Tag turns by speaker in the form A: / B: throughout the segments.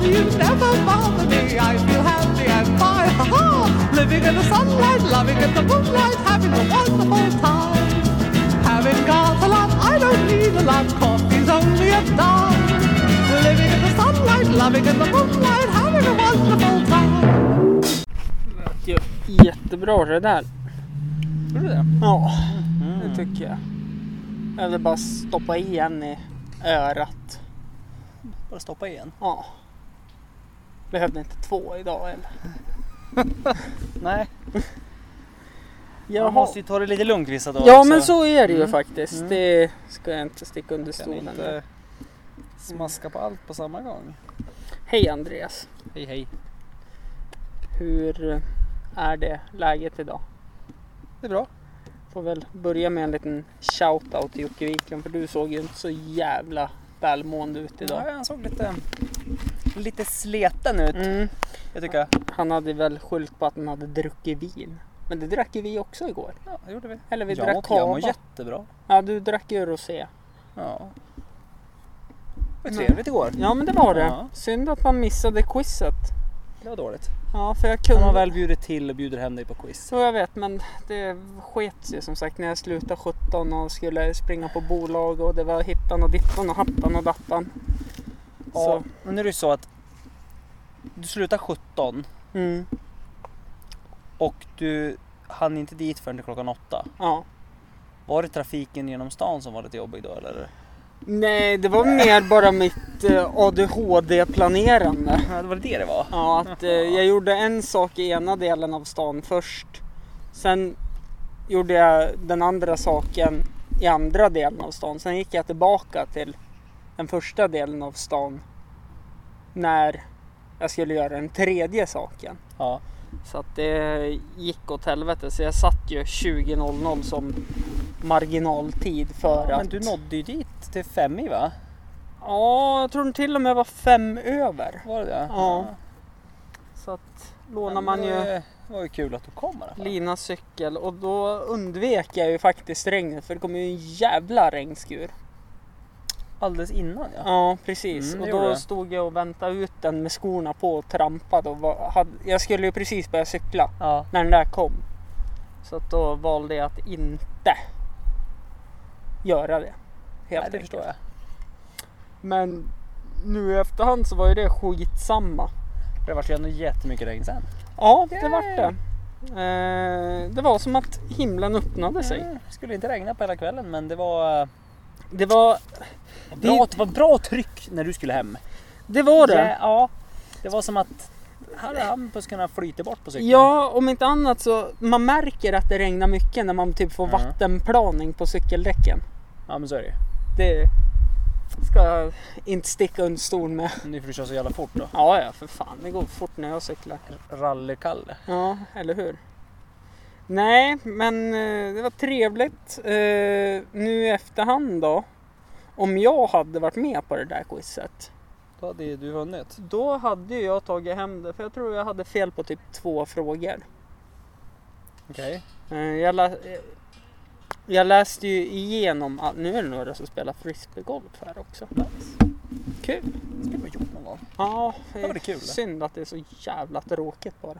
A: dreams never bother me. I feel happy and fine. Ha ha! Living in the sunlight, loving in the moonlight, having a wonderful time. Having got a lot, I don't need a lot. Coffee's only a dime. Living in the sunlight, loving in the moonlight, having a wonderful time.
B: J- Jättebra det där.
C: Tror du det?
B: Ja, Mm. det tycker jag. Eller bara stoppa igen i örat.
C: Bara stoppa igen.
B: Ja. Behövde inte två idag eller?
C: Nej,
B: Jaha.
C: man måste ju ta det lite lugnt vissa dagar
B: Ja
C: också.
B: men så är det ju
C: Mm.
B: faktiskt.
C: Mm.
B: Det ska jag inte sticka under
C: Kan
B: stolen med.
C: inte smaska på allt på samma gång.
B: Hej Andreas.
C: Hej hej.
B: Hur är det läget idag?
C: Det är bra.
B: Får väl börja med en liten shout-out till Jocke Wiklund för du såg ju inte så jävla välmående ut idag.
C: Ja, han såg lite, lite sleten ut.
B: Mm.
C: Jag tycker.
B: Han hade väl skyllt på att han hade druckit vin. Men det drack ju vi också igår.
C: Ja, det gjorde vi.
B: Eller vi
C: jag,
B: drack
C: mår- jag mår
B: cava.
C: jättebra.
B: Ja, du drack ju rosé.
C: Ja. Det var
B: Nej.
C: trevligt igår.
B: Ja, men det var det.
C: Mm. Ja.
B: Synd att man missade quizet.
C: Det var dåligt.
B: Ja, för jag
C: När
B: kunde
C: man
B: väl.
C: väl bjuder till och bjuder hem dig på quiz.
B: Så jag vet, men det sket sig som sagt när jag slutade 17 och skulle springa på bolag och det var hittan och dittan och hattan och dattan.
C: Ja, men nu är det ju så att du slutar 17
B: Så, mm,
C: och du hann inte dit förrän till klockan 8.
B: ja.
C: Var det trafiken genom stan som var lite jobbig då eller?
B: Nej, det var mer bara mitt eh, ADHD-planerande.
C: Ja, det var det det var.
B: Ja, att eh, jag gjorde en sak i ena delen av stan först. Sen gjorde jag den andra saken i andra delen av stan. Sen gick jag tillbaka till den första delen av stan när jag skulle göra den tredje saken.
C: Ja.
B: Så att det gick åt helvete. Så jag satt ju 20.00 som marginaltid för
C: Ja,
B: att...
C: men du nådde ju dit till fem i va?
B: Ja, jag tror den till och med var fem över.
C: Var det det?
B: Ja. Så att lånar
C: Men
B: man
C: det
B: ju...
C: var Det var ju kul att du kom i alla fall.
B: Linas cykel och då undvek jag ju faktiskt regnet för det kom ju en jävla regnskur.
C: Alldeles innan ja.
B: Ja precis
C: Mm,
B: och
C: det
B: då
C: gjorde det.
B: stod jag och väntade ut den med skorna på och trampade och var, hade, jag skulle ju precis börja cykla
C: Ja.
B: när den där kom. Så att då valde jag att inte göra det. Helt
C: Nej, det
B: enkelt.
C: förstår jag.
B: Men nu i efterhand så var ju det skitsamma.
C: Det vart ju ändå jättemycket regn sen.
B: Ja det
C: Yay!
B: vart det. Eh, det var som att himlen öppnade sig.
C: Mm, skulle inte regna på hela kvällen men det var eh,
B: Det var
C: bra, det var bra tryck när du skulle hem.
B: det. Var det.
C: Ja, ja. det var som att här hade Hampus kunnat flyta bort på cykeln.
B: Ja, om inte annat så man märker att det regnar mycket när man typ får
C: Mm.
B: vattenplaning på cykeldäcken.
C: ja men så är det ju.
B: Det ska jag inte sticka under stol med.
C: Nu får du köra så jävla fort då.
B: Ja, ja, för fan. Det går fort när jag cyklar.
C: Rallekalle.
B: Ja, eller hur? Nej, men eh, det var trevligt. Eh, Nu i efterhand då. Om jag hade varit med på det där quizet.
C: Då hade ju du vunnit.
B: Då hade ju jag tagit hem det. För jag tror jag hade fel på typ två frågor.
C: Okej.
B: Eh, Jag, lä- eh, jag läste ju igenom, all- nu är det några som spelar frisbeegolf här också. Kul!
C: Det skulle vara gjort någon gång.
B: Ja,
C: Ja, men det är kul.
B: synd att det är så jävla tråkigt bara.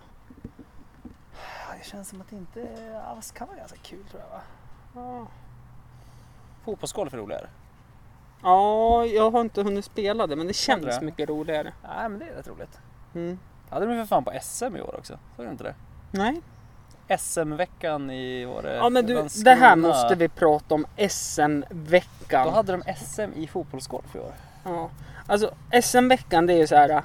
C: Ja, Det känns som att det inte... Ja, vad ska vara ganska kul tror jag va?
B: Ja.
C: Fotbollsgolf är roligare.
B: Ja, jag har inte hunnit spela det men det känns
C: Andra?
B: mycket roligare.
C: Nej men det är rätt roligt.
B: Mm.
C: Hade de ju för fan på SM i år också. Såg du inte det?
B: Nej.
C: SM-veckan i var det
B: Ja men du,
C: Landskrona.
B: det här måste vi prata om SM-veckan.
C: Då hade de SM i fotbollsgolf i år.
B: Ja. Alltså SM-veckan det är ju så här.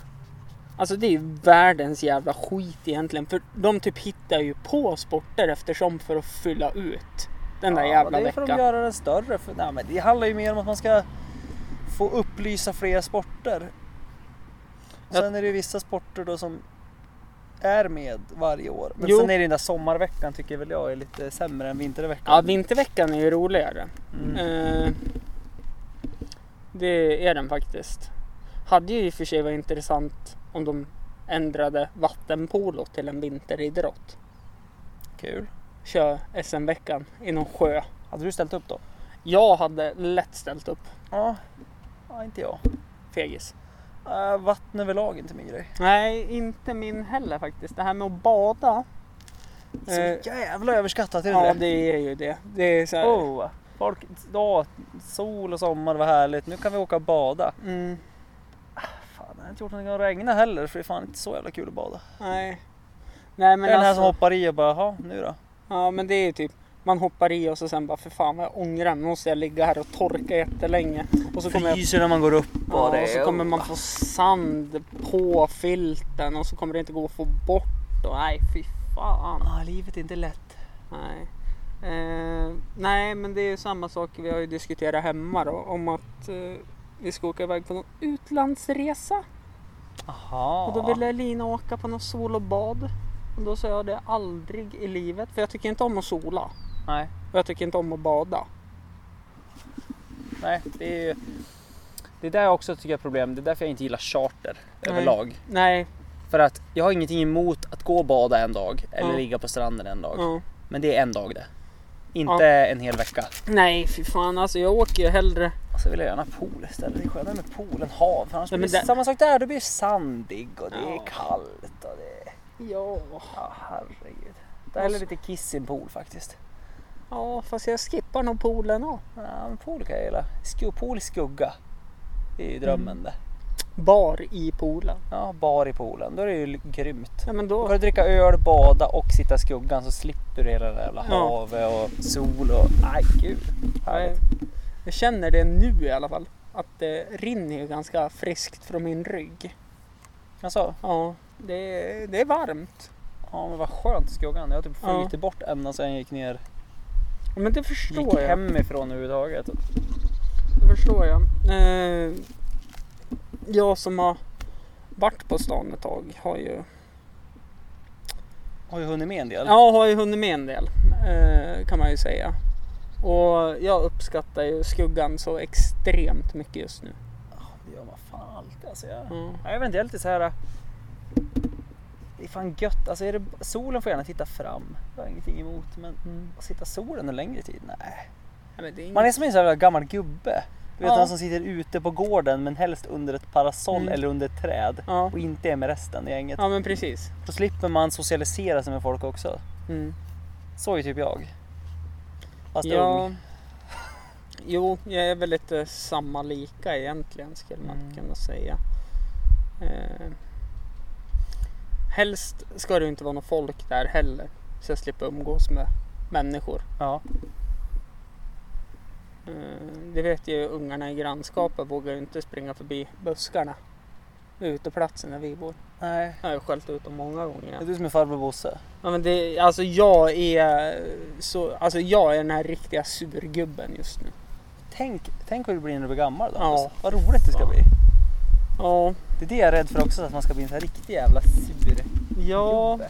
B: Alltså det är ju världens jävla skit egentligen. För de typ hittar ju på sporter eftersom för att fylla ut den där
C: Ja,
B: jävla
C: Det är för att
B: veckan.
C: de göra den större. För, nej, men det handlar ju mer om att man ska få upplysa fler sporter.
B: Jag-
C: Sen är det ju vissa sporter då som är med varje år. Men
B: Jo.
C: sen är det den där sommarveckan tycker väl jag är lite sämre än vinterveckan.
B: Ja, vinterveckan är ju roligare.
C: Mm.
B: Eh, det är den faktiskt. Hade ju i och för sig varit intressant om de ändrade vattenpolo till en vinteridrott.
C: Kul.
B: Kör SM-veckan i någon sjö.
C: Hade du ställt upp då?
B: Jag hade lätt ställt upp,
C: Ja. ja, inte jag.
B: fegis.
C: Äh, vatten överlag är inte min grej.
B: Nej, inte min heller faktiskt. Det här med att bada.
C: Så
B: Eh,
C: jävla överskattat, är det
B: ja,
C: inte
B: det är ju det. Det är så här,
C: Oh, folk, ja, sol och sommar, vad härligt. Nu kan vi åka och bada.
B: mm,
C: Fan, det har inte gjort någonting att regna heller för det är fan inte så jävla kul att bada.
B: nej. Nej,
C: Men
B: men
C: den här
B: alltså,
C: som hoppar i och bara, jaha, nu då?
B: Ja, men det är ju typ man hoppar i och så sen bara för fan vad jag ångrar mig. Nu måste jag ligga här och torka jättelänge. Och så kommer jag
C: Fryser när man går upp och
B: Ja,
C: det
B: och så kommer man få sand på filten och så kommer det inte gå att få bort. Och, nej, fy fan.
C: Ah, livet är inte lätt.
B: Nej. Eh, nej, men det är ju samma sak vi har ju diskuterat hemma då om att eh, vi ska åka iväg på någon utlandsresa.
C: Jaha.
B: Och då ville Lina åka på någon sol och bad. Och då sa jag det aldrig i livet, för jag tycker inte om att sola.
C: Nej,
B: Och jag tycker inte om att bada.
C: nej, det är ju... Det där är också tycker jag är problem. Det är därför jag inte gillar charter överlag.
B: Nej.
C: För att jag har ingenting emot att gå och bada en dag eller
B: Mm.
C: ligga på stranden en dag.
B: Ja.
C: Men det är en dag det. Inte en hel vecka.
B: Nej, fy fan alltså. Jag åker ju hellre
C: Alltså vill jag gärna pool istället. Det är skönare med pool än hav. För annars
B: Nej, men
C: blir det
B: där-
C: samma sak där. Det blir sandig och det
B: Ja.
C: är kallt och det är...
B: Ja.
C: Ja, herregud. Det här är lite kiss i en pool faktiskt.
B: Ja, fast jag skippar nog poolen då.
C: Ja, men pool kan jag gilla. Sku- Pool i skugga. Det är ju
B: Mm.
C: drömmen det.
B: Bar i poolen.
C: Ja, bar i poolen. Då är det ju l- grymt.
B: Ja, men
C: Då
B: då.
C: kan du dricka öl, bada och sitta i skuggan så slipper du hela det där jävla
B: Ja.
C: havet och sol och... Nej, gud. Härligt.
B: Jag känner det nu i alla fall. Att det rinner ju ganska friskt från min rygg.
C: Alltså,
B: Ja, det, det är varmt.
C: ja men vad skönt i skuggan. Jag har typ
B: Ja.
C: flyttit bort ända sedan jag gick ner.
B: Ja, men det förstår
C: Gick
B: jag.
C: hemifrån överhuvudtaget.
B: Det förstår jag. Eh, jag som har varit på stan ett tag har ju,
C: Har ju hunnit med en del.
B: ja, har ju hunnit med en del eh, kan man ju säga. Och jag uppskattar ju skuggan så extremt mycket just nu.
C: Det gör man fan alltid alltså. Jag,
B: Mm.
C: ja, jag vet inte, jag är lite så här. äh, Det är fan gött. Alltså är det, solen får gärna titta fram. Det har jag ingenting emot. Men
B: Mm.
C: att sitta i solen en längre tid? Nej.
B: Ja, men det är inget-
C: Man är som en sån här gammal gubbe. Du vet
B: Ja.
C: han som sitter ute på gården men helst under ett parasoll
B: Mm.
C: eller under ett träd.
B: ja.
C: Och inte är med resten i gänget.
B: ja, men precis.
C: Då slipper man socialisera sig med folk också.
B: Mm.
C: Så är ju typ jag. Fast
B: Ja.
C: ung.
B: Jo, jag är väl lite samma lika egentligen skulle man
C: Mm.
B: kunna säga. Eh, helst ska det ju inte vara något folk där heller. Så jag slipper umgås med människor.
C: Ja.
B: Eh, det vet jag ju ungarna i grannskapet vågar ju inte springa förbi buskarna. Uteplatsen där vi bor.
C: Nej.
B: Jag har ju skällt ut dem många
C: Det är
B: gånger.
C: du som är farbror Bosse.
B: Ja, men det, alltså, jag är, så, alltså jag är den här riktiga surgubben just nu.
C: Tänk, tänk vad du blir när du blir gammal då.
B: Ja.
C: Bosse. Vad roligt det ska
B: Fan.
C: bli.
B: Ja,
C: Det är det jag är rädd för också, att man ska bli en sån här riktig jävla sur
B: ja.
C: gubbe.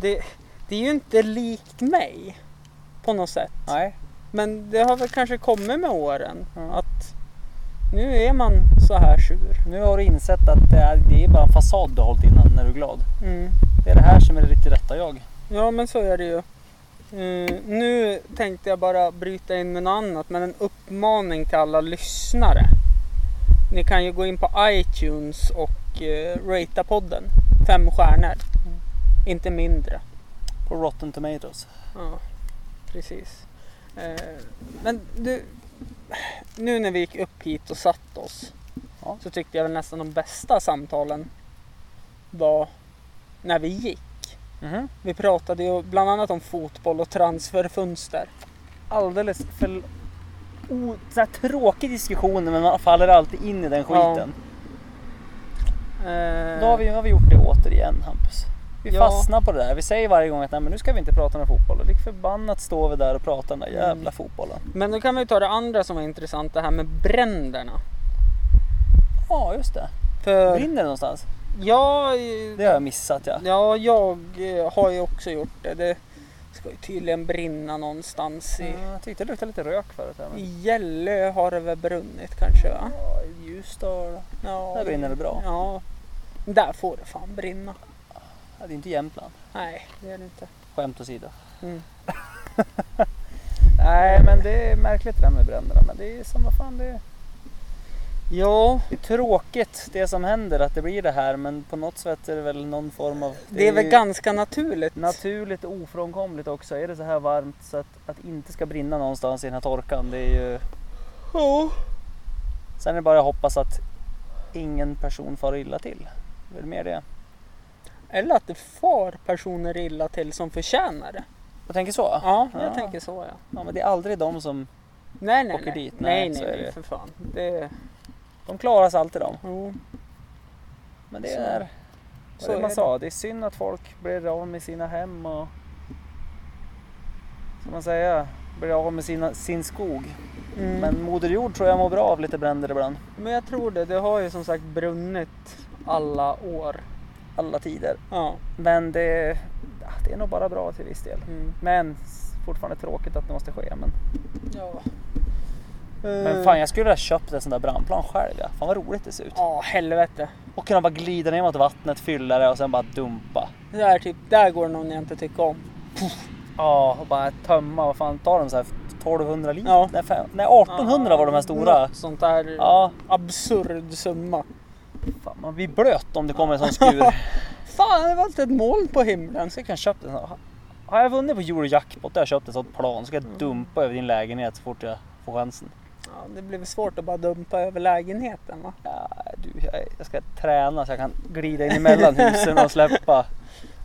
B: det, det är ju inte likt mig på något sätt.
C: Nej.
B: Men det har väl kanske kommit med åren
C: Mm.
B: att nu är man så här sur.
C: Nu har du insett att det är, det är bara en fasad du har hållit innan när du är glad. Det är det här som är det riktigt rätta jag.
B: Mm. Ja men så är det ju. Eh, nu tänkte jag bara bryta in med något annat men en uppmaning till alla lyssnare. Ni kan ju gå in på iTunes och eh, ratea podden. Fem stjärnor. Inte mindre.
C: På Rotten Tomatoes.
B: Ja, precis. Eh, men du, nu när vi gick upp hit och satt oss
C: Ja.
B: så tyckte jag väl nästan de bästa samtalen var när vi gick.
C: Mhm.
B: Vi pratade ju bland annat om fotboll och transferfönster.
C: Alldeles för o, så här tråkig diskussion men man faller alltid in i den
B: Ja.
C: skiten.
B: Eh,
C: Då har vi, nu har vi gjort det återigen Hampus. Vi
B: Ja.
C: fastnar på det där. Vi säger varje gång att Nej, men nu ska vi inte prata om fotboll. Och lik förbannat står vi där och pratar om den där jävla
B: Mm.
C: fotbollen.
B: Men då kan vi ta det andra som var intressant, det här med bränderna.
C: Ja just det.
B: För
C: Brinner det någonstans?
B: jag,
C: Det har jag missat ja.
B: ja, jag eh, har ju också gjort det. Det ska ju tydligen brinna någonstans i
C: Ja, Mm, Jag tyckte det luktade lite rök förut. Här, men...
B: I Gällö har det väl brunnit kanske va?
C: Ja, Ljusdal.
B: Ja,
C: Där brinner det bra.
B: Ja. Där får det fan brinna.
C: Ja, det är inte Jämtland.
B: Nej, det är det inte.
C: Skämt åsido.
B: Mm.
C: Nej men det är märkligt det där med bränderna. Men det är som vad fan det är.
B: Ja,
C: Det är tråkigt det som händer att det blir det här men på något sätt är det väl någon form av...
B: det är väl
C: ju
B: ganska naturligt.
C: Naturligt och ofrånkomligt också. Är det så här varmt så att, att det inte ska brinna någonstans i den här torkan det är ju...
B: Ja.
C: Sen är det bara att hoppas att ingen person far illa till. Det är väl mer det.
B: Eller att det far personer illa till som förtjänar det.
C: Jag tänker så?
B: Ja, jag
C: Ja.
B: tänker så ja.
C: Ja, men det är aldrig de som...
B: Nej, nej,
C: Åker
B: nej.
C: dit?
B: nej,
C: Nej,
B: nej,
C: så är
B: nej
C: det.
B: för fan. Det,
C: De klaras alltid de.
B: jo.
C: Men det
B: Så-
C: är...
B: så
C: Så det
B: är
C: man
B: det.
C: sa, det är synd att folk blir av med sina hem och... Ska man säga? Blir av med sina, sin skog.
B: Mm. Men,
C: Men Moder Jord tror jag mår bra av lite bränder ibland.
B: men jag tror det. Det har ju som sagt brunnit alla år.
C: Alla tider.
B: Ja.
C: Men det, ah, det är nog bara bra till viss del.
B: Mm.
C: Men s- fortfarande tråkigt att det måste ske. Men,
B: ja. Eh,
C: men fan jag skulle ha köpt en sån där brandplan själv. Ja. Fan vad roligt det ser ut.
B: Ja, helvete.
C: Och kunna bara glida ner mot vattnet, fylla det och sen bara dumpa.
B: Det där, typ, där går någon jag inte tycker om.
C: Ja, och bara tömma. Vad fan tar de så här 1200 liter?
B: Ja.
C: Nej, fem- nej 1800 var de här stora.
B: Något sånt där
C: Ja,
B: absurd summa.
C: fan, man blir blöt om det kommer en sån skur.
B: Fan, det var inte ett moln på himlen.
C: Så jag kan köpa en sån. Har jag vunnit på Eurojackpot då har jag köpt en sån plan så ska jag
B: Mm.
C: dumpa över din lägenhet så fort jag får chansen.
B: Ja, det blev svårt att bara dumpa över lägenheten va?
C: Ja, du, jag, jag ska träna så jag kan glida in emellan husen och släppa.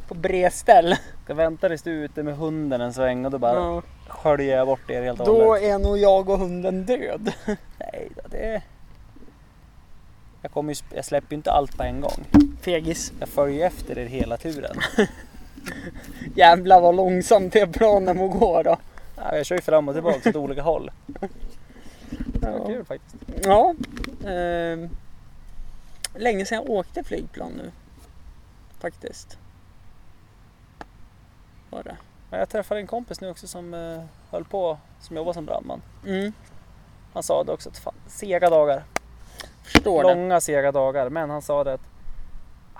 B: På bredställ.
C: Jag väntar tills du är ute med hunden en sväng och då bara
B: Ja.
C: sköljer jag bort er helt och
B: Då
C: hållet.
B: är nog jag och hunden död.
C: Nej då, det... Jag, kommer ju, sp- jag släpper ju inte allt på en gång.
B: Fegis.
C: Jag följer efter er hela turen.
B: Jävlar vad långsamt det planen må gå då.
C: Ja, jag kör ju fram och tillbaka åt olika håll. Det var kul faktiskt.
B: Ja. ehm, länge sedan jag åkte flygplan nu. Faktiskt. Var det.
C: Men jag träffade en kompis nu också som eh, höll på, som jobbar som brandman.
B: Mm,
C: Han sa det också, att fan, sega dagar.
B: förstår det.
C: Långa sega dagar. Men han sa det att ah,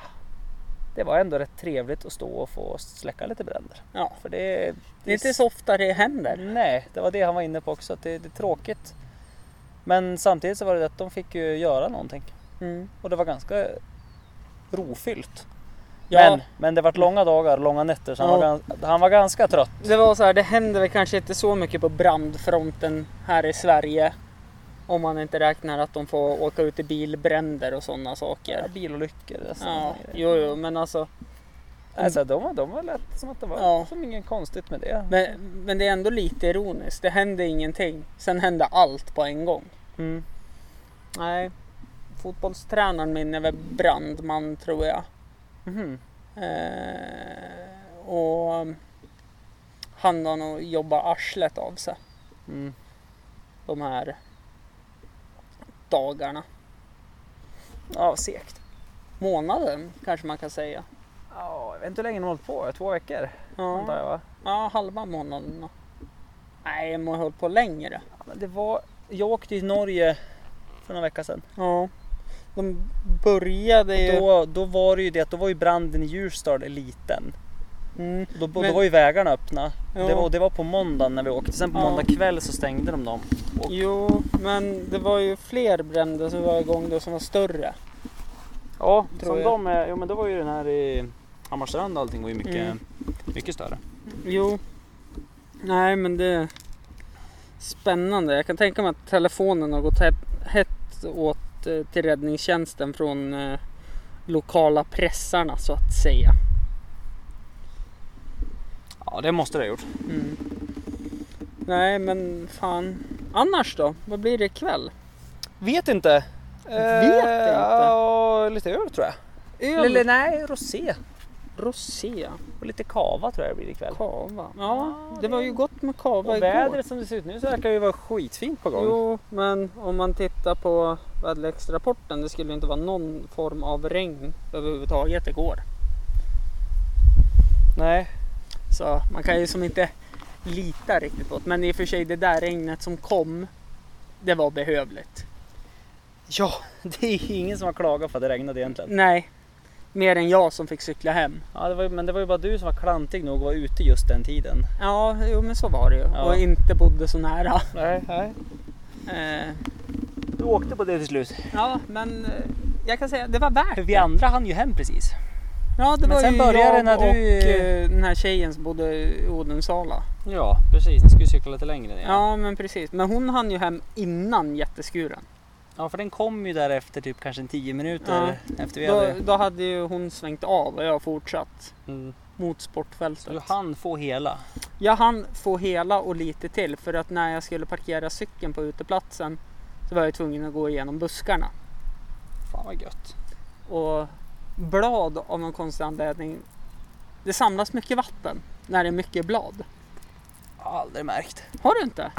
C: det var ändå rätt trevligt att stå och få släcka lite bränder.
B: Ja.
C: För det,
B: Det är inte så ofta det händer.
C: Nej, det var det han var inne på också. Att det, det är tråkigt. Men samtidigt så var det det att de fick ju göra någonting.
B: Mm.
C: Och det var ganska rofyllt.
B: Ja.
C: Men, men det vart långa dagar, långa nätter. Så han,
B: Ja.
C: var, gans- han var ganska trött.
B: Det var så här, det händer väl kanske inte så mycket på brandfronten här i Sverige. Om man inte räknar att de får åka ut i bilbränder och sådana
C: Ja,
B: saker.
C: bilolyckor och sådana
B: Ja,
C: grejer.
B: jo, jo, men alltså.
C: Alltså, de, var- de var lätt som att det var
B: Ja.
C: som inget konstigt med det.
B: Men, men det är ändå lite ironiskt. Det hände ingenting. Sen hände allt på en gång.
C: Mm.
B: Nej. Fotbollstränaren min är väl brandman tror jag.
C: Mhm.
B: Eh, och han har nog jobbat arslet av sig
C: Mm.
B: de här dagarna.
C: Ja, segt.
B: Månaden kanske man kan säga.
C: Ja, jag vet inte hur länge de har hållit på. Två veckor antar
B: Ja,
C: jag va?
B: ja halva månaden. då. Nej, man har hållit på längre.
C: Ja, men det var... Jag åkte till Norge för några veckor sedan.
B: Ja. De började ju...
C: Då, då var det ju det att då var ju branden i Djurstad liten.
B: Mm,
C: Då, då,
B: Men-
C: då var ju vägarna öppna.
B: Ja.
C: Det, var, det var på måndagen när vi åkte. Sen på
B: Ja.
C: måndag kväll så stängde de dem. Och,
B: Jo, men det var ju fler bränder som var igång då som var större.
C: ja,
B: tror
C: som
B: jag.
C: de är, jo, men då var ju den här i Hammarstrand och allting var ju mycket,
B: Mm.
C: mycket större.
B: Jo. Nej, men det är spännande. Jag kan tänka mig att telefonen har gått he- hett åt eh, till räddningstjänsten från eh, lokala pressarna så att säga.
C: Ja, det måste det ha gjort.
B: Mm. Nej, men fan. Annars då? Vad blir det ikväll?
C: Vet inte. Eh,
B: Vet inte?
C: Ja, lite öl tror jag.
B: Öl,
C: Eller nej, rosé.
B: rosé,
C: Och lite kava tror jag det blir ikväll.
B: kava. Ja, det
C: det-
B: var ju gott med kava
C: Och
B: igår.
C: vädret som det ser ut nu så verkar det ju vara skitfint på gång.
B: Jo, men om man tittar på väderleksrapporten, det skulle inte vara någon form av regn överhuvudtaget igår.
C: Nej.
B: Så man kan ju som inte lita riktigt på det. Men i och för sig, det där regnet som kom, det var behövligt.
C: Ja, det är ju ingen som har klagat för att det regnade egentligen.
B: Nej, mer än jag som fick cykla hem.
C: Ja, det var, ju- men det var ju bara du som var klantig nog att vara ute just den tiden.
B: Ja, jo men så var det ju.
C: Ja.
B: Och inte bodde så nära.
C: Nej, nej.
B: Eh,
C: Du åkte på det till slut.
B: Ja, men eh, jag kan säga det var värt
C: För
B: det.
C: vi andra hann ju hem precis.
B: Ja, det
C: Men
B: var
C: sen
B: ju
C: började
B: jag
C: när du-
B: och eh, den här tjejen som bodde i Odensala.
C: Ja, precis. Ni skulle cykla lite längre ner.
B: Ja. men precis. Men hon hann ju hem innan jätteskuren.
C: ja, för den kom ju därefter typ kanske en 10 minuter efter vi
B: Då,
C: hade...
B: då hade ju hon svängt av och jag fortsatt
C: Mm.
B: mot
C: Så du
B: sportfältet.
C: hann få hela.
B: Jag hann få hela och lite till för att när jag skulle parkera cykeln på uteplatsen så var jag tvungen att gå igenom buskarna.
C: Fan vad gött.
B: Och blad av någon konstig anledning, det samlas mycket vatten när det är mycket blad.
C: Aldrig märkt.
B: Har du inte?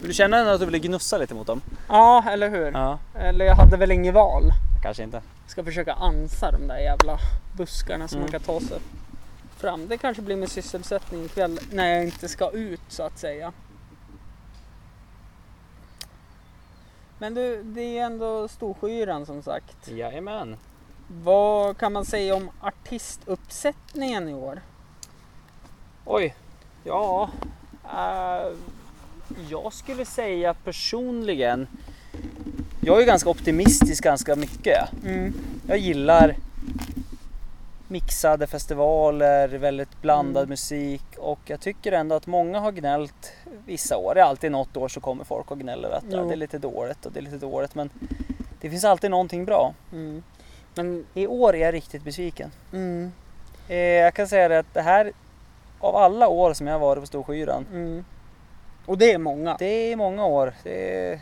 C: Men du känner ändå att du ville gnussa lite mot dem?
B: Ja, eller hur?
C: Ja,
B: Eller jag hade väl inget val.
C: kanske inte.
B: Ska försöka ansa de där jävla buskarna som
C: Mm.
B: man kan ta sig fram. Det kanske blir min sysselsättning ikväll när jag inte ska ut så att säga. Men du, det är ändå Storsjöyran som sagt.
C: Jajamän.
B: Vad kan man säga om artistuppsättningen i år?
C: Oj. Ja. eh, jag skulle säga personligen. Jag är ganska optimistisk ganska mycket. Jag gillar mixade festivaler, väldigt blandad
B: Mm.
C: musik och jag tycker ändå att många har gnällt vissa år. Det är alltid något år så kommer folk och gnäller att ja,
B: Jo.
C: det är lite dåligt och det är lite dåligt men det finns alltid någonting bra.
B: Mm. Men,
C: I år är jag riktigt besviken.
B: mm,
C: Eh, jag kan säga det att det här av alla år som jag har varit på Storsjöyran,
B: mm. Och det är många.
C: det är många år. Det är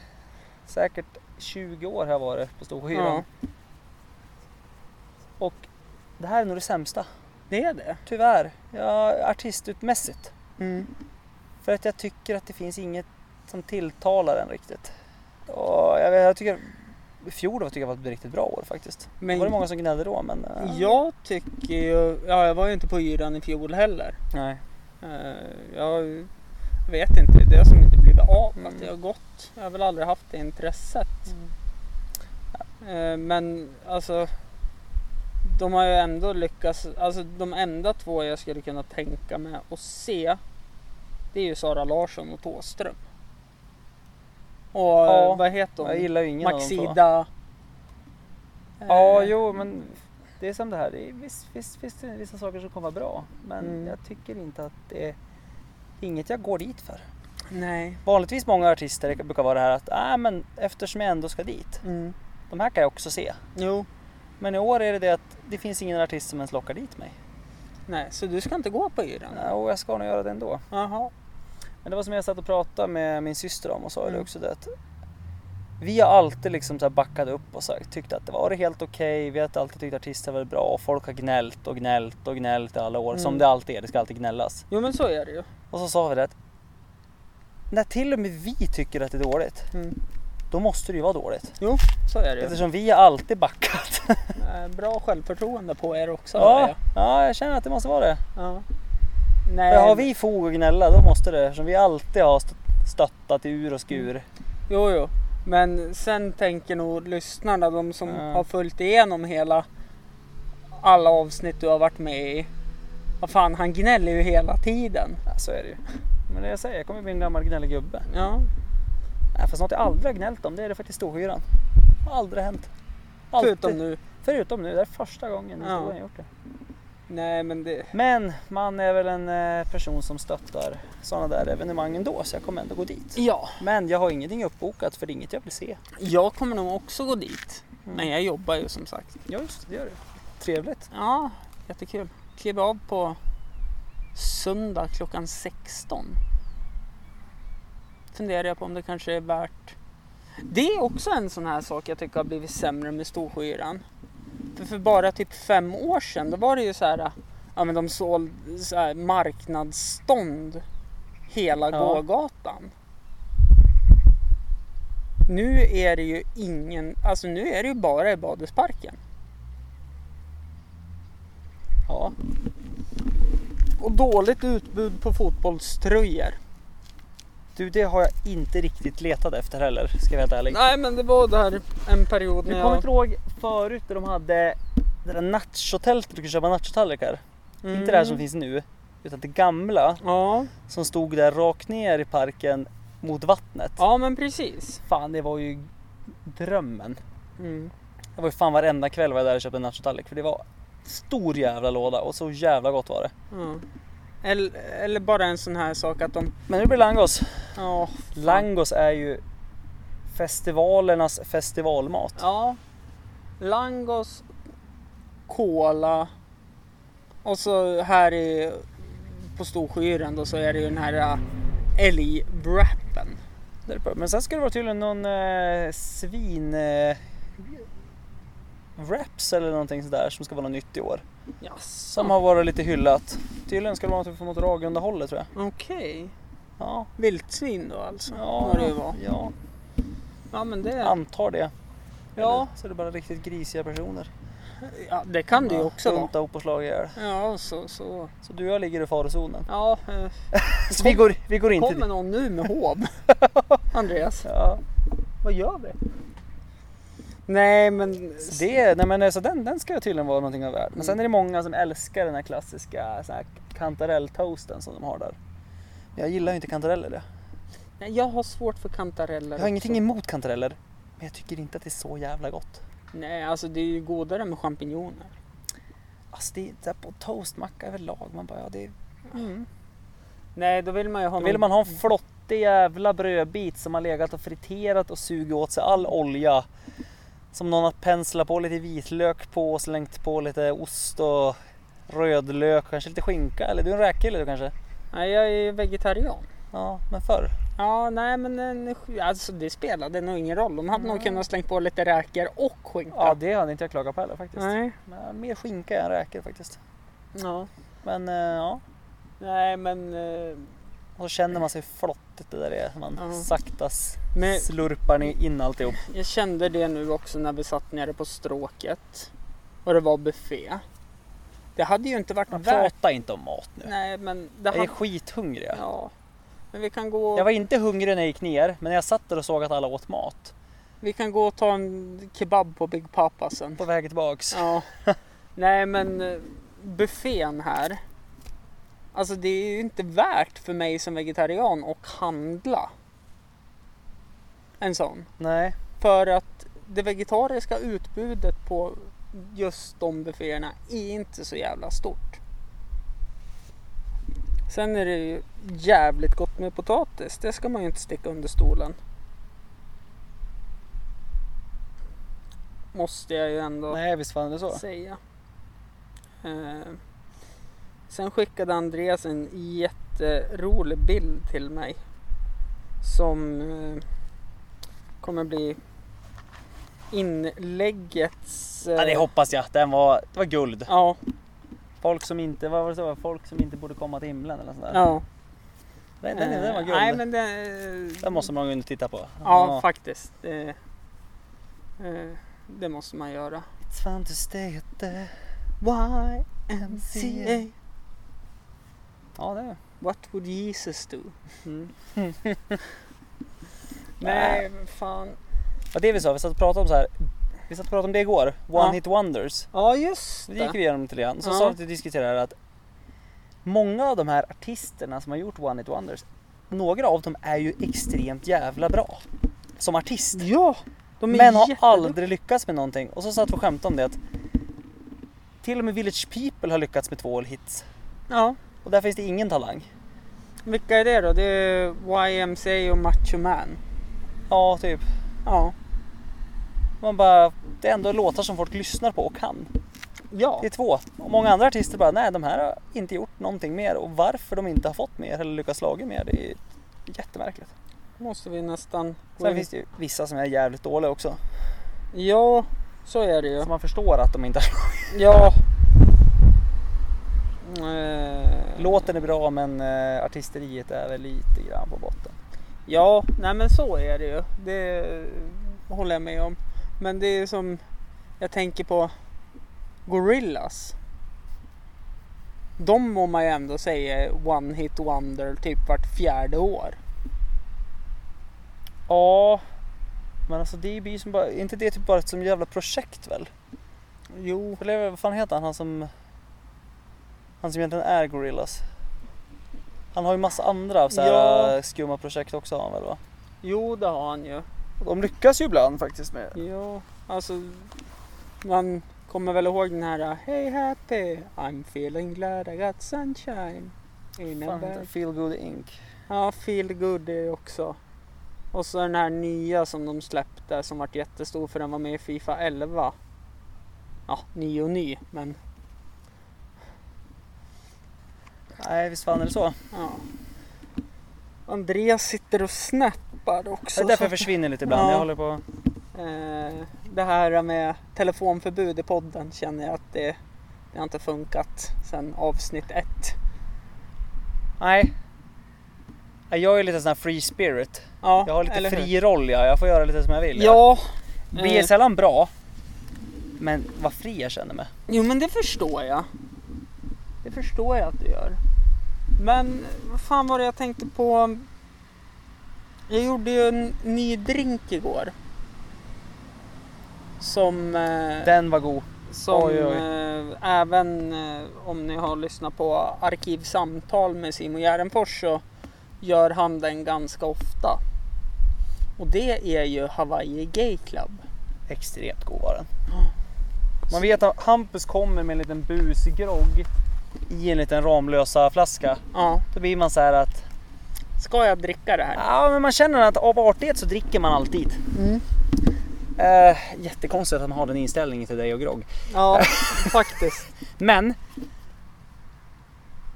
C: säkert 20 år har jag varit på Storsjöyran
B: ja,
C: och det här är nog det sämsta.
B: det är det.
C: Tyvärr, ja, artistutmässigt.
B: Mm.
C: För att jag tycker att det finns inget som tilltalar en riktigt. Och jag, vet- jag tycker, i fjol tycker jag var ett riktigt bra år faktiskt.
B: Men
C: var det många som gnällde då men... eh,
B: jag tycker ju, ja jag var ju inte på yran i fjol heller.
C: Nej.
B: Eh, Jag vet inte, det är det som inte blivit av.
C: Mm.
B: Att det har gått. Jag har väl aldrig haft det intresset. Eh, Men alltså de har ju ändå lyckats. Alltså de enda två jag skulle kunna tänka mig att se det är ju Sara Larsson och Thåström. Och eh,
C: Ja,
B: vad heter
C: Jag
B: hon?
C: gillar ju ingen av de två.
B: Maxida.
C: Ja,
B: Eh,
C: jo men det är som det här. Det är, visst finns visst, det vissa saker som kommer vara bra. Men
B: Mm.
C: jag tycker inte att det är det är inget jag går dit för.
B: Nej.
C: Vanligtvis många artister det brukar vara det här att äh, men eftersom jag ändå ska dit.
B: Mm.
C: De här kan jag också se.
B: Jo.
C: Men i år är det det att det finns ingen artist som ens lockar dit mig.
B: Nej, så du ska inte gå på yran?
C: Ja, Och jag ska nog göra det ändå.
B: Jaha.
C: Men det var som jag satt och pratade med min syster om och sa ju det
B: Mm.
C: också det att vi har alltid liksom så här backat upp och sagt, tyckt att det var helt okej. Vi har alltid tyckt artister var bra och folk har gnällt och gnällt och gnällt i alla år
B: Mm.
C: som det alltid är. Det ska alltid gnällas.
B: Jo men så är det ju.
C: Och så sa vi det att när till och med vi tycker att det är dåligt,
B: Mm.
C: då måste det ju vara dåligt.
B: Så är det ju.
C: Eftersom vi har alltid backat.
B: Eh, Bra självförtroende på er också hör
C: ja,
B: jag.
C: ja, jag känner att det måste vara det.
B: Ja.
C: För
B: Nej,
C: har vi fog att gnälla, då måste det. Eftersom vi alltid har stö- stöttat i ur och skur.
B: jo jo. Men sen tänker nog lyssnarna, de som
C: Ja.
B: har följt igenom hela alla avsnitt du har varit med i. Vad fan, han gnäller ju hela tiden.
C: Ja, så är det ju. Men det jag säger, jag kommer bli en gammal gnällig gubbe.
B: Ja.
C: Nej, fast något jag aldrig har gnällt om det är det faktiskt storhyran. Har aldrig hänt. Alltid.
B: Förutom nu.
C: Förutom nu, det är första gången i
B: Ja.
C: historien jag gjort det.
B: Nej men det...
C: Men man är väl en eh, person som stöttar sådana där evenemang ändå så jag kommer ändå gå dit.
B: Ja,
C: Men jag har ingenting uppbokat för det är inget jag vill se.
B: jag kommer nog också gå dit. Men jag jobbar ju som sagt.
C: Ja just det, det gör du. Trevligt.
B: Ja, jättekul. Kliva av på söndag klockan 16. Funderar jag på om det kanske är värt. Det är också en sån här sak jag tycker har blivit sämre med Storsjöyran. För, för bara typ fem år sedan, då var det ju så här, ja men de sålde så här marknadsstånd hela
C: Ja.
B: gågatan. Nu är det ju ingen, alltså nu är det ju bara i Badhusparken.
C: Ja.
B: Och dåligt utbud på fotbollströjor.
C: Du det har jag inte riktigt letat efter heller ska jag vara helt ärlig.
B: Nej men det var där en period
C: Du
B: när
C: kommer
B: jag...
C: inte ihåg förut där de hade det där nachotältet du kunde köpa nachotallrikar?
B: Mm.
C: Inte det här som finns nu utan det gamla
B: Ja,
C: som stod där rakt ner i parken mot vattnet.
B: Ja men precis.
C: Fan, det var ju drömmen.
B: Mm.
C: Det var ju fan varenda kväll var jag där och köpte en nachotallrik för det var stor jävla låda och så jävla gott var det.
B: Ja. Eller, eller bara en sån här sak att de...
C: Men nu blir det langos.
B: Ja.
C: Langos är ju festivalernas festivalmat.
B: ja. Langos, cola och så här i, på Storsjöyren då så är det ju den här äh, älgwrappen.
C: Där uppe. Men sen ska det vara tydligen någon eh, svin... Eh, wraps eller någonting sådär som ska vara något nytt i år.
B: Jaså?
C: Som har varit lite hyllat. Tydligen ska det vara något från åt Ragunda-hållet tror jag.
B: Okej.
C: Ja,
B: Vildsvin då alltså?
C: ja,
B: Må det ju vara.
C: ja
B: Ja men det,
C: antar det.
B: Ja.
C: Eller Så är det bara riktigt grisiga personer.
B: ja, det kan det ju också vara.
C: Punta upp och slag ihjäl.
B: Ja, så, så.
C: Så du och jag ligger i farozonen.
B: Ja, eh,
C: Så vi går, vi går inte
B: kommer
C: dit.
B: någon nu med håv? Andreas?
C: Ja.
B: Vad gör vi? Nej men...
C: Så Det, nej men alltså den, den ska ju tydligen vara någonting av värde. Men sen är det många som älskar den här klassiska så här kantarelltoasten som de har där. Men jag gillar ju inte kantareller. Det.
B: Nej, jag har svårt för kantareller.
C: Jag har ingenting
B: också.
C: emot kantareller. Men jag tycker inte att det är så jävla gott.
B: Nej, alltså det är ju godare med champinjoner.
C: Alltså det är så här på toastmacka överlag. Man bara, ja, det,
B: Nej, då vill man ju ha
C: då vill man ha en flottig jävla brödbit som har legat och friterat och sugit åt sig all olja. Som någon har penslat på lite vitlök på och slängt på lite ost och rödlök, kanske lite skinka. Eller du är en räkkille du kanske?
B: Nej, jag är ju vegetarian.
C: Ja, men förr.
B: Ja, nej men en, alltså, det spelade nog ingen roll. De hade nog kunnat slängt på lite räkor och skinka.
C: Ja, det hade inte jag klagat på heller faktiskt.
B: nej.
C: Men mer skinka än räkor faktiskt.
B: Ja.
C: Men eh, ja,
B: Nej, men eh,
C: och så känner man sig flottigt det där är. Man
B: Ja.
C: sakta s-
B: Men-
C: slurpar ni in alltihop.
B: jag kände det nu också när vi satt nere på stråket och det var buffé. Det hade ju inte varit
C: Men
B: värt...
C: prata inte om mat nu.
B: Nej, men det
C: Jag är
B: hade...
C: skithungrig. jag.
B: Ja. Men vi kan gå...
C: Jag var inte hungrig när jag gick ner, men jag satt där och såg att alla åt mat.
B: Vi kan gå och ta en kebab på Big Papa sen.
C: På väg tillbaks.
B: Ja. Nej men eh, buffén här. Alltså det är ju inte värt för mig som vegetarian att handla. En sån.
C: Nej.
B: För att det vegetariska utbudet på just de bufféerna är inte så jävla stort. Sen är det ju jävligt gott med potatis. Det ska man ju inte sticka under stolen. Måste jag ju ändå
C: Nej, visst fan är det så.
B: säga. Eh, sen skickade Andreas en jätterolig bild till mig. Som eh, kommer bli inläggets... eh,
C: Ja, det hoppas jag. Den var, det var guld.
B: ja,
C: Folk som inte, vad var det så? Folk som inte borde komma till himlen eller sådär.
B: ja.
C: Den, den, den var
B: Eh,
C: guld.
B: Nej, men det,
C: Den måste man gå in och titta på.
B: Ja, faktiskt. Det, eh, det måste man göra.
C: It's fun to stay at the
B: YMCA.
C: Ja, det är
B: What would Jesus do? Mm.
C: Nej,
B: Nej, men fan.
C: Och det vi sa, vi satt och pratade om så här. Vi satt och pratade om det igår. One
B: Ja.
C: hit wonders.
B: Ja, just
C: Så Det gick
B: det.
C: vi igenom lite grann. Så
B: Ja.
C: sa vi att vi diskuterade att många av de här artisterna som har gjort One hit wonders, några av dem är ju extremt jävla bra som artist.
B: Ja, de är
C: men har
B: jättedukt-
C: aldrig lyckats med någonting. Och så satt vi och skämtade om det att till och med Village People har lyckats med två hits.
B: Ja,
C: Och där finns det ingen talang.
B: vilka är det då? Det är YMCA och Macho Man.
C: Ja, typ.
B: Ja.
C: Man bara, det är ändå låtar som folk lyssnar på och kan.
B: Ja.
C: Det är två. Och många andra artister bara, nej de här har inte gjort någonting mer. Och varför de inte har fått mer eller lyckats laga mer, det är jättemärkligt.
B: Måste vi nästan... gå
C: Sen
B: in-
C: finns det ju vissa som är jävligt dåliga också.
B: Ja, så är det ju.
C: Så man förstår att de inte har...
B: Ja. Eh,
C: Låten är bra men eh, artisteriet är väl lite grann på botten.
B: Ja, nej men så är det ju. Det eh, håller jag med om. Men det är som, jag tänker på Gorillas. De må man ju ändå säga är one hit wonder typ vart fjärde år.
C: Ja, men alltså det blir ju som bara... är inte det typ bara ett som jävla projekt väl? eh,
B: Jo,
C: För det är- Vad fan heter han? Han som... Han som egentligen är Gorillas. Han har ju massa andra så här, eh,
B: Ja.
C: skumma projekt också har han väl va?
B: Jo, det har han ju.
C: De lyckas ju ibland faktiskt med.
B: Ja, alltså. Man kommer väl ihåg den här Hey happy, I'm feeling glad I got sunshine. In a
C: Fan,
B: bag.
C: Feel Good Inc.
B: Ja, Feel Good är också. Och så den här nya som de släppte som vart jättestor för den var med i Fifa 11. Ja, ny och ny, men
C: Nej visst fan är det så.
B: ja. Andreas sitter och snappar
C: Det
B: också.
C: är därför
B: så-
C: jag försvinner lite ibland.
B: Ja.
C: Jag håller på...
B: Eh, det här med telefonförbud i podden känner jag att det, det har inte funkat sedan avsnitt ett.
C: Nej. Nej, Jag är lite sån här free spirit.
B: Ja,
C: Jag har lite
B: eller hur?
C: fri roll ja. Jag får göra lite som jag vill.
B: Ja, Mm.
C: Jag blir sällan bra. Men vad fri jag känner mig.
B: Jo men det förstår jag. Det förstår jag att du gör. Men vad fan var det jag tänkte på? Jag gjorde ju en ny drink igår. Som, eh,
C: Den var god.
B: som
C: oj, oj.
B: Eh, även eh, om ni har lyssnat på Arkivsamtal med Simon Järnfors så gör han den ganska ofta. Och det är ju Hawaii Gay Club.
C: Extremt god var den. Man vet att Hampus kommer med en liten busig grogg i en liten Ramlösa flaska.
B: Ja,
C: Då blir man så här att
B: ska jag dricka det här?
C: Ja, men man känner att av artighet så dricker man alltid.
B: Mm.
C: Eh, jättekonstigt att man har den inställningen till dig och grogg.
B: Ja, faktiskt.
C: Men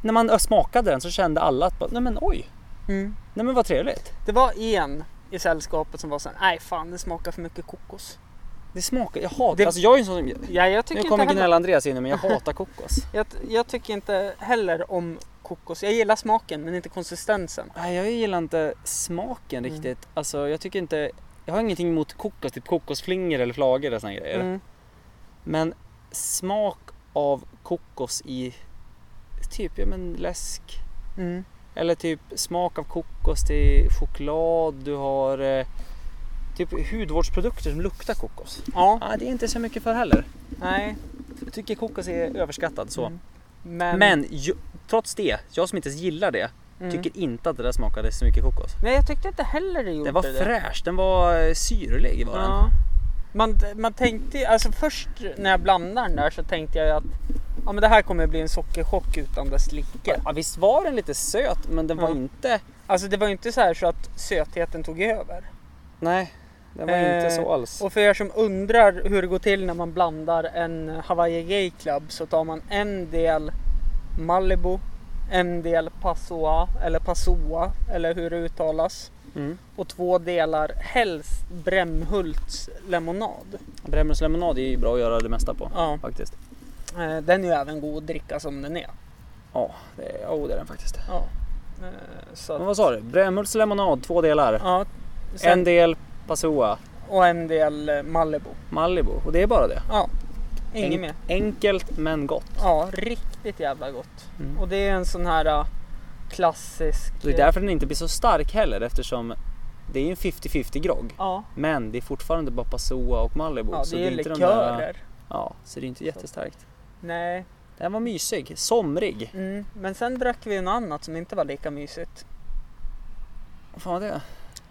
C: när man smakade den så kände alla att bara, nej men oj,
B: Mm.
C: nej men vad trevligt.
B: Det var en i sällskapet som var såhär, nej fan det smakar för mycket kokos.
C: Det smakar, jag hatar,
B: Det-
C: alltså jag är en sån som,
B: Ja, jag,
C: nu
B: tycker inte
C: kommer
B: heller,
C: gnälla Andreas in men jag hatar kokos.
B: jag, jag tycker inte heller om kokos. Jag gillar smaken men inte konsistensen.
C: Nej, jag gillar inte smaken
B: Mm.
C: riktigt. Alltså jag tycker inte, jag har ingenting emot kokos, typ kokosflingor eller flagor eller såna grejer.
B: Mm.
C: Men smak av kokos i typ, ja men läsk.
B: Mm.
C: Eller typ smak av kokos till choklad. Du har eh, typ hudvårdsprodukter som luktar kokos.
B: Ja,
C: Ja, Ah, det är inte så mycket för heller.
B: nej.
C: Jag tycker kokos är överskattad så.
B: Mm. Men,
C: Men ju, trots det, jag som inte ens gillar det,
B: mm.
C: tycker inte att det där smakade så mycket kokos.
B: Nej jag tyckte inte heller det gjorde
C: Den var
B: det.
C: fräsch, den var eh, syrlig var den.
B: Ja. Man, man tänkte ju- alltså först när jag blandade den där så tänkte jag ju att ja, men det här kommer bli en sockerchock utan dess like.
C: Ja, visst var den lite söt men den
B: Ja.
C: var inte...
B: Alltså det var ju inte så här så att sötheten tog över.
C: Nej, den var
B: Eh,
C: inte så alls.
B: Och för er som undrar hur det går till när man blandar en Hawaii Gay Club så tar man en del Malibu, en del Passoa eller Passoa eller hur det uttalas
C: Mm.
B: och två delar helst Brämhults lemonad.
C: Bremnes lemonad är ju bra att göra det mesta på.
B: Ja,
C: Faktiskt.
B: eh, den är ju även god att dricka som den är.
C: Ja, det är, oh, det är den faktiskt.
B: Ja. Eh, Så
C: Men
B: att,
C: vad sa du? Brännmults lemonad, två delar.
B: ja, sen,
C: En del Passoa,
B: och en del eh, Malibu.
C: Malibu. Och det är bara det.
B: Ja, inget
C: Enk-
B: mer.
C: Enkelt men gott.
B: Ja, riktigt jävla gott.
C: Mm.
B: Och det är en sån här eh, klassisk...
C: Det är därför den inte blir så stark heller eftersom det är ju en 50-50 grogg.
B: Ja,
C: Men det är fortfarande bara Passoa och Malibu.
B: ja det är
C: inte de
B: likörer.
C: där- Ja, så det är inte jättestarkt.
B: Nej,
C: Den var mysig, somrig.
B: mm. men sen drack vi en annat som inte var lika mysigt.
C: Vad fan var det?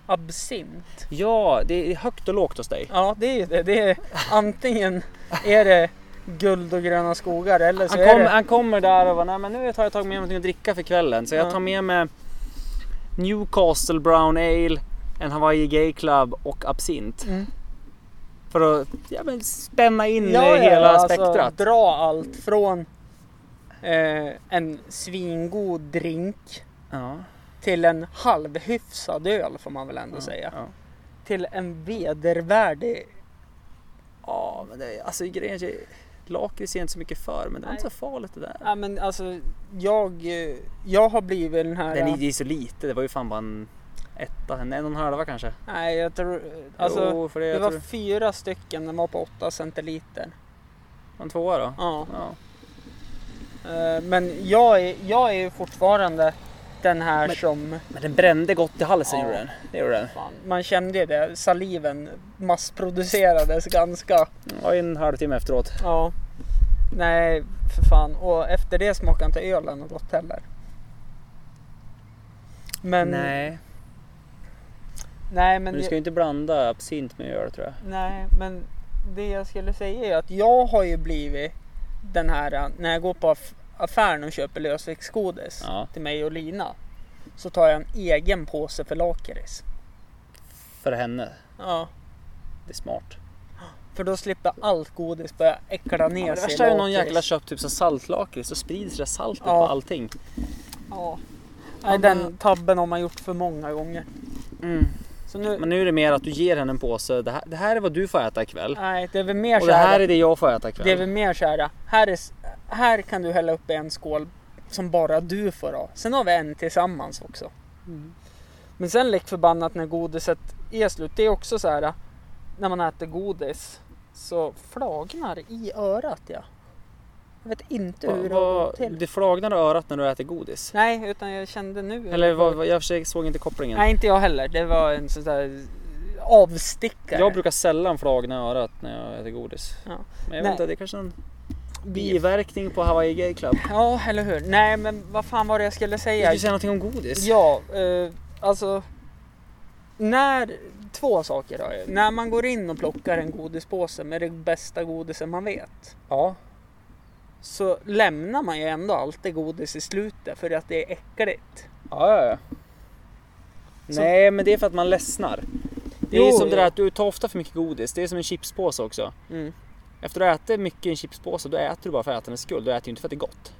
B: Absint.
C: Ja, det är högt och lågt hos dig.
B: Ja, det är ju det. det är, antingen är det guld och gröna skogar eller så
C: Han,
B: är
C: kom,
B: det...
C: han kommer där och bara, nej men nu tar jag tag med någonting att dricka för kvällen. Så
B: Ja.
C: jag tar med mig Newcastle Brown Ale, en Hawaii Gay Club och absint.
B: Mm.
C: För att ja, men spänna in
B: Ja,
C: eh,
B: ja,
C: hela
B: alltså,
C: spektrat.
B: Dra allt från eh, en svingod drink
C: Ja,
B: till en halvhyfsad öl får man väl ändå
C: ja,
B: säga.
C: Ja.
B: Till en vedervärdig...
C: ja, men det, alltså grejen är lakrits är inte så mycket för, men det var inte så farligt det där.
B: Ja men alltså jag, eh, jag har blivit den här...
C: Den är, det är så lite, det var ju fan bara en etta, en, en och en halva kanske.
B: eh, Nej jag tror... Alltså,
C: jo, för det,
B: Det
C: jag
B: var
C: tror,
B: fyra stycken, de var på 8 centiliter.
C: en tvåa då.
B: Ja.
C: Ja.
B: eh, Men jag är, jag är ju fortfarande den här
C: Men-
B: som...
C: Men den brände gott i halsen
B: Ja.
C: gjorde den. Det gjorde den.
B: Fan, man kände ju det, saliven massproducerades ganska.
C: Ja, en halvtimme efteråt.
B: Ja. Nej, för fan. Och efter det smakade inte ölen något gott heller. Men nej,
D: Nej,
B: men,
C: Men du
B: jag-
C: ska ju inte blanda absint med öl tror jag.
B: Nej, men det jag skulle säga är att jag har ju blivit den här eh, när jag går på aff- affären och köper lösviktsgodis
C: Ja.
B: till mig och Lina. Så tar jag en egen påse för lakrits.
C: För henne.
B: Ja,
C: Det är smart.
B: för då slipper allt godis börja äckla ner
C: Ja, det
B: sig i
C: värsta är ju någon
B: lakrits.
C: jäkla köpt typ som saltlakrits. Då sprids det där saltet
B: Ja.
C: på allting.
B: Ja. Nej, den tabben har man gjort för många gånger.
C: Mm.
B: Så nu,
C: Men nu är det mer att du ger henne en påse. Det här, det här är vad du får äta ikväll.
B: nej, det är väl mer
C: Och det här
B: såhär.
C: är det jag får äta
B: Det är väl
C: ikväll.
B: mer så här, här, är, s- här kan du hälla upp en skål som bara du får ha. Sen har vi en tillsammans också.
C: Mm.
B: Men sen lik förbannat när godiset är slut, det är också så här, när man äter godis så flagnar i örat ja. Jag vet inte hur det har
C: Va,
B: gått till.
C: det flagnar i örat när du äter godis.
B: Nej, utan jag kände nu.
C: Eller vad, vad- jag försöker- såg inte kopplingen.
B: Nej, inte jag heller. Det var en sån där avstickare.
C: Jag brukar sällan flagna i örat när jag äter godis.
B: Ja.
C: Men jag vet
B: Nej.
C: inte, det är kanske är en biverkning på Hawaii Gay Club.
B: Ja, eller hur. Nej, men vad fan var det jag skulle
C: Du
B: säga?
C: skulle säga någonting om godis?
B: Ja, eh, alltså. När, två saker har jag. När man går in och plockar en godispåse med det bästa godisen man vet.
C: Ja.
B: Så lämnar man ju ändå alltid godis i slutet för att det är äckligt.
C: Ja, ja, ja.
B: Så-
C: Nej, men det är för att man ledsnar. Det är
B: Jo,
C: som det
B: jo.
C: där att du tar ofta för mycket godis. Det är som en chipspåse också. Efter att du ätit mycket i en chipspåse, då äter du bara för ätandets skull. Du äter ju inte för att det är gott.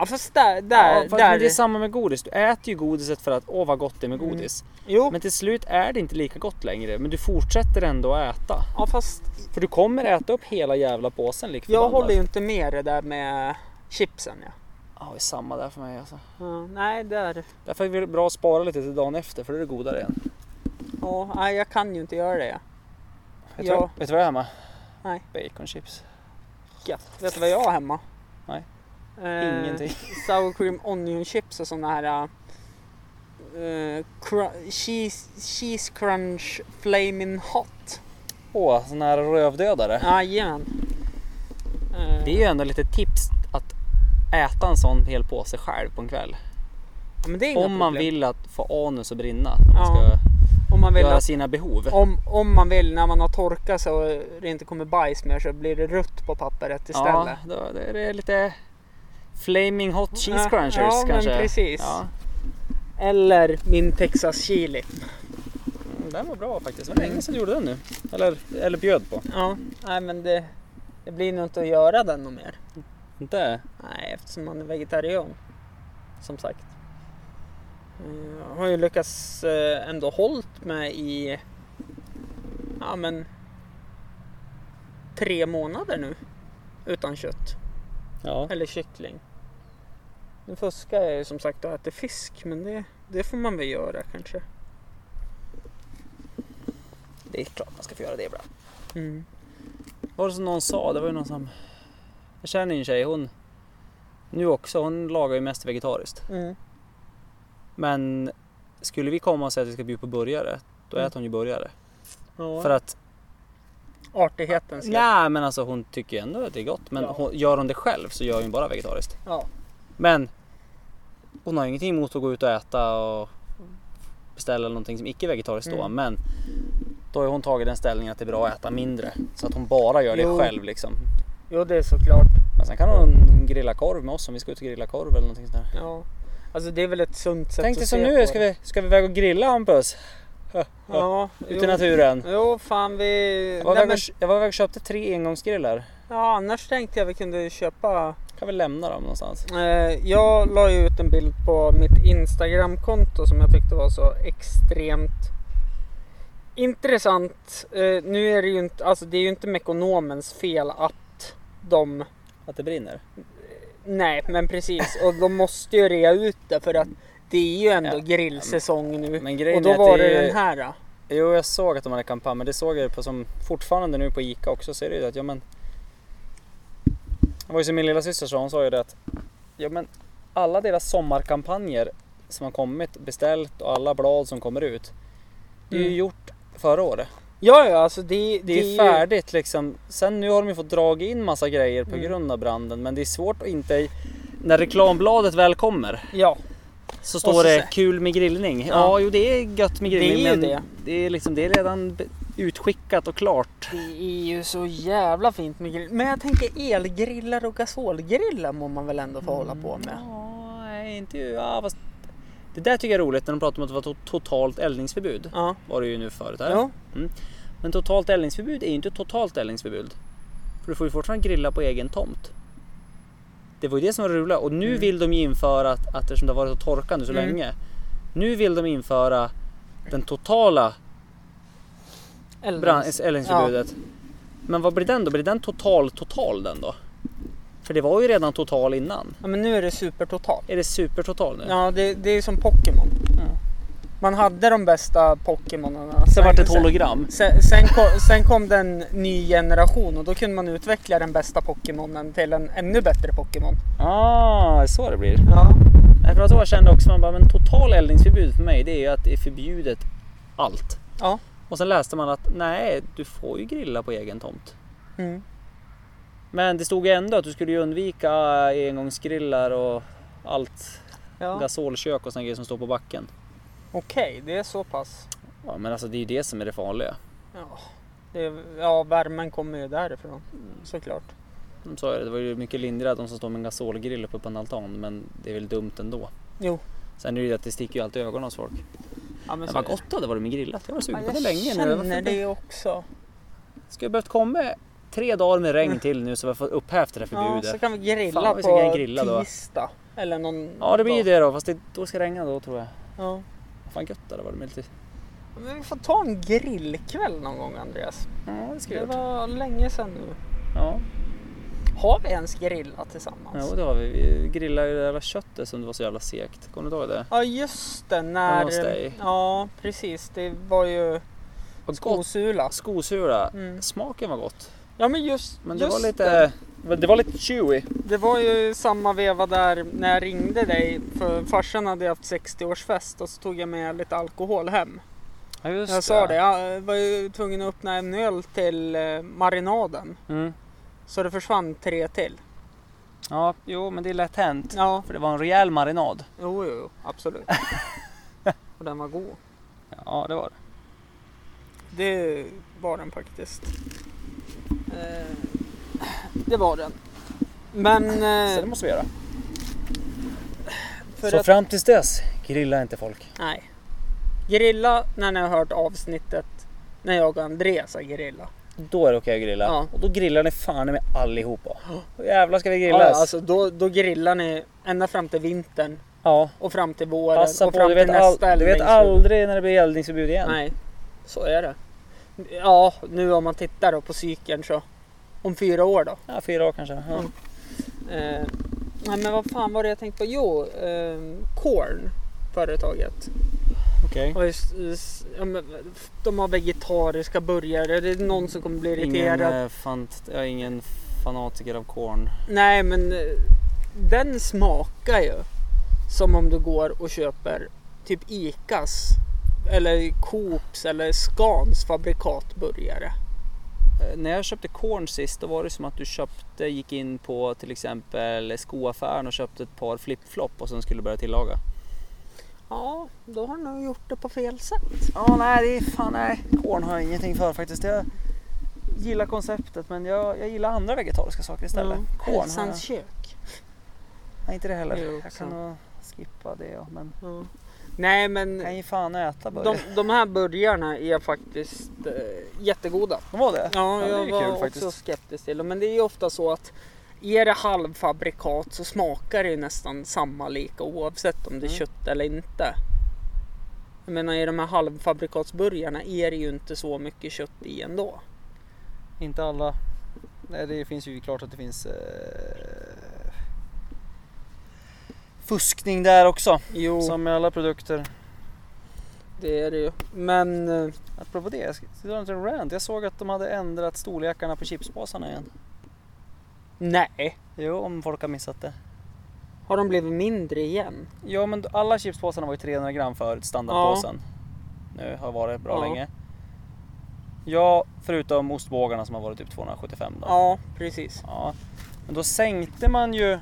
B: Ja fast där,
C: ja,
B: där,
C: fast
B: där.
C: men det är samma med godis. Du äter ju godiset för att åh vad gott det är med
B: Mm.
C: godis.
B: jo,
C: Men till slut är det inte lika gott längre. Men du fortsätter ändå att äta.
B: ja, fast
C: För du kommer äta upp hela jävla påsen lik
B: jag
C: förbannat.
B: håller ju inte med det där med chipsen ja.
C: Ja, det är samma där för mig alltså.
B: Ja, nej, där.
C: Därför är det bra att spara lite till dagen efter, för då är det godare igen.
B: Ja, nej, jag kan ju inte göra det. ja.
C: Vet,
B: Ja.
C: du, vad- vet du vad jag har hemma?
B: Nej.
C: Baconchips.
B: Gött. Vet du vad jag har hemma?
C: Nej.
B: Eh,
C: Ingenting.
B: sour cream onion chips och såna här eh, cru- cheese, cheese crunch flaming hot.
C: Åh, sån här rövdödare.
B: Jajamän. Eh,
C: Det är ju ändå lite tips att äta en sån hel påse själv på en kväll.
B: men det är inga
C: Om man
B: problem.
C: vill att få anus att brinna när man
B: Ja,
C: ska
B: om man vill,
C: göra
B: att,
C: sina behov.
B: om, om man vill när man har torkat så det inte kommer bajs mer så blir det rött på pappret
C: Ja,
B: istället.
C: då då är det lite flaming hot cheese
B: Ja,
C: crunchers
B: ja, men
C: kanske.
B: precis.
C: Ja,
B: Eller min Texas chili.
C: Mm, Den var bra faktiskt. Det var länge sedan du gjorde den nu. Eller, eller bjöd på.
B: Ja, nej men det, det blir nog inte att göra den och mer.
C: Inte?
B: Nej, eftersom man är vegetarian. Som sagt. Eh, har ju lyckats eh, ändå hållt med i ja, men, tre månader nu. Utan kött.
C: Ja.
B: Eller kyckling. Nu fuskar jag ju som sagt och äter fisk men det, det får man väl göra kanske.
C: Det är klart man ska få göra det ibland.
B: Mm.
C: Var det som någon sa? Det var ju någon som... Jag känner ju en tjej, hon... Nu också, hon lagar ju mest vegetariskt.
B: Mm.
C: Men skulle vi komma och säga att vi ska bjuda på burgare, då
B: Mm.
C: äter hon ju burgare.
B: Ja.
C: För att,
B: Artigheten ska...
C: nej men alltså hon tycker ju ändå att det är gott. Men
B: Ja.
C: hon, gör hon det själv så gör hon bara vegetariskt.
B: Ja.
C: Men hon har ju ingenting emot att gå ut och äta och beställa någonting som icke är vegetariskt då.
B: Mm.
C: Men då har ju hon tagit den ställningen att det är bra att äta mindre. Så att hon bara gör det
B: Jo.
C: själv liksom.
B: Jo det är såklart.
C: Men sen kan hon grilla korv med oss om vi ska ut och grilla korv eller någonting sånt där.
B: Ja. Alltså det är väl ett sunt sätt
C: Tänk dig
B: att
C: som
B: se
C: nu,
B: på
C: ska
B: det.
C: vi, ska vi iväg och grilla Hampus?
B: Ja,
C: Ut i
B: jo.
C: naturen.
B: Jo, fan vi...
C: Jag var,
B: Nej,
C: iväg
B: men,
C: och, jag var iväg och köpte tre engångsgrillar.
B: ja, annars tänkte jag vi kunde köpa...
C: Kan vi lämna dem någonstans?
B: Eh, jag la ju ut en bild på mitt Instagramkonto som jag tyckte var så extremt intressant. Eh, nu är det ju inte, alltså det är ju inte Mekonomens fel att de...
C: Att det brinner?
B: Nej, men precis. Och de måste ju rea ut det för att det är ju ändå
C: Ja.
B: grillsäsong nu.
C: Men grejen
B: Mm. Och då
C: är att
B: var
C: det
B: det
C: är-
B: den här. Då.
C: Jo, jag såg att de hade kampanj, men det såg jag på som fortfarande nu på Ica också. Ser du att ja men. Det var ju som min lilla syster sa, hon sa ju det att ja men alla deras sommarkampanjer som har kommit beställt och alla blad som kommer ut. Det är ju
B: Mm.
C: gjort förra året.
B: Ja, ja, alltså det,
C: Det är,
B: ju-
C: färdigt liksom. Sen nu har de ju fått dra in massa grejer på
B: Mm.
C: grund av branden, men det är svårt att inte när reklambladet väl kommer.
B: Ja,
C: Så
B: Och så
C: står det
B: sä-
C: kul med grillning. Ja,
B: Ja.
C: jo det är gött med grillning
B: Det är ju
C: men
B: det.
C: det är, liksom, det är redan be- utskickat och klart.
B: Det är ju så jävla fint med grill. Men jag tänker elgrillar och gasolgrillar må man väl ändå få hålla på med?
C: Ja, nej, inte ju. Ja, fast det där tycker jag är roligt när de pratar om att det var to- totalt eldningsförbud.
B: Ja.
C: Var det ju nu förut här.
B: ja.
C: Men totalt eldningsförbud är ju inte totalt eldningsförbud. För du får ju fortfarande grilla på egen tomt. Det var ju det som var rula. Och nu vill de ju införa att, att eftersom det har varit så torka nu så
B: Mm.
C: länge. Nu vill de införa den totala brand- eldningsförbudet. Men vad blir den då? Blir den total total den då? För det var ju redan total innan.
B: Ja, men nu är det supertotal.
C: Är det supertotal nu?
B: Ja, det, det är som Pokémon.
C: Ja.
B: Man hade de bästa Pokémonerna.
C: Sen vart det ett
B: sen-
C: hologram.
B: Sen, sen, kom, sen kom det en ny generation och då kunde man utveckla den bästa Pokémonen till en ännu bättre Pokémon.
C: Ah, så det blir.
B: Ja.
C: Nej, för att jag kände också man bara, men total eldningsförbud för mig det är ju att det är förbjudet allt.
B: Ja.
C: Och sen läste man att nej, du får ju grilla på egen tomt.
B: Mm.
C: Men det stod ju ändå att du skulle ju undvika eh, engångsgrillar och allt
B: Ja.
C: gasolkök och såna grejer som står på backen.
B: Okej, det är så pass.
C: Ja, men alltså det är ju det som är det farliga.
B: Ja, det är, ja värmen kommer ju därifrån såklart.
C: De sa ju det, det var ju mycket lindrigare de som står med en gasolgrill uppe på en altan, men det är väl dumt ändå.
B: Jo.
C: Sen är det ju att det sticker ju alltid i ögonen hos folk.
B: Ja, men
C: Men
B: så är
C: vad
B: det.
C: gott det hade varit med grillat. Jag var
B: Ja,
C: sugen på det
B: jag
C: länge nu.
B: känner
C: Varför-
B: det också.
C: Ska jag behövt komma tre dagar med regn till nu så vi får upphävt det här
B: Ja, så
C: förbudet?
B: kan vi grilla
C: Fan, vi ska
B: på
C: grilla då.
B: tisdag. Eller någon
C: Ja det blir ju
B: dag.
C: det då, fast det, då ska det regna då tror jag.
B: Ja.
C: Fan gött det hade varit med lite...
B: Men vi får ta en grillkväll någon gång Andreas.
C: Ja det ska vi
B: Det
C: gjort.
B: var länge sedan nu.
C: Ja,
B: Har vi ens grillat tillsammans?
C: jo, det har vi. Vi grillade ju det jävla köttet som det var så jävla segt. Kommer du ihåg det?
B: Ja just det,
C: Hemma hos
B: när...
C: dig.
B: Ja precis, det var ju
C: Vad gott!
B: skosula.
C: Skosura.
B: Mm.
C: Smaken var gott.
B: Ja men just,
C: Men det
B: just
C: var lite... Det var lite chewy.
B: Det var ju samma veva där när jag ringde dig. För farsan hade haft 60-årsfest och så tog jag med lite alkohol hem.
C: Ja just
B: Jag sa det, jag var ju tvungen att öppna en öl till eh, marinaden.
C: Mm.
B: Så det försvann tre till.
C: Ja, jo men det är lätt hänt.
B: Ja,
C: För det var en rejäl marinad.
B: jo jo, jo absolut. och den var god.
C: Ja det var det.
B: Det var den faktiskt. Eh, det var den. Men
C: Så det
B: eh,
C: måste vi göra.
B: för
C: så
B: att...
C: fram tills dess, grilla inte folk.
B: Nej. Grilla när ni har hört avsnittet när jag och Andreas har grilla.
C: Då är det okej att grilla.
B: Ja.
C: Och då grillar ni fan med allihopa. Och jävlar ska vi
B: Ja,
C: grillas. Ja,
B: alltså, då, då grillar ni ända fram till vintern och fram till våren
C: Passa
B: och fram
C: på, du vet,
B: till
C: all, du vet
B: eldningsförbud.
C: aldrig när det blir eldningsförbud igen.
B: Nej, så är det. Ja, nu om man tittar då på cykeln så. Om fyra år då.
C: Ja, fyra år kanske. Ja.
B: Mm. Eh, nej men vad fan var det jag tänkte på? Jo, eh, Korn. Företaget.
C: Mm. Okej.
B: Och just, just, ja, men, de har vegetariska burgare. Det är någon som kommer bli irriterad.
C: Ingen, eh, fant, jag är ingen fanatiker av korn.
B: Nej men eh, den smakar ju som om du går och köper typ Icas eller Coops eller Scans fabrikatburgare.
C: Eh, När jag köpte korn sist då var det som att du köpte, gick in på till exempel skoaffären och köpte ett par flip-flop och sen skulle börja tillaga.
B: Ja, då har du nog gjort det på fel sätt.
C: Ja, nej, det är fan nej. Korn har jag ingenting för faktiskt. Jag gillar konceptet men jag, jag gillar andra vegetariska saker istället.
B: Mm.
C: Korn har jag-
B: Hälsans kök.
C: Nej, inte det heller.
B: Jo,
C: jag
B: också.
C: kan nog skippa det. ja, Men
B: Ja. Nej men
C: jag kan ju fan äta burgare. De,
B: de, de här burgarna är faktiskt eh, jättegoda.
C: var det?
B: Ja,
C: det är
B: jag
C: ju
B: var
C: kul
B: också
C: faktiskt.
B: skeptisk till dem. Men det är ju ofta så att är det halvfabrikat så smakar det ju nästan samma lika oavsett om det är
C: Mm.
B: kött eller inte. Jag menar i de här halvfabrikatsburgarna är det ju inte så mycket kött i ändå.
C: Inte alla. Nej, det finns ju klart att det finns eh, fuskning där också.
B: Jo,
C: Som med alla produkter.
B: det är det ju. Men eh,
C: Apropå det, jag ska ska dra en liten rant. Jag såg att de hade ändrat storlekarna på chipspåsarna igen.
B: nej,
C: Jo, om folk har missat det.
B: har de blivit mindre igen?
C: Ja men alla chipspåsarna var ju 300 gram förut, standardpåsen. Nu har varit bra
B: Ja.
C: länge. Ja, förutom ostbågarna som har varit typ 275 då.
B: Ja, precis.
C: Ja. Men då sänkte man ju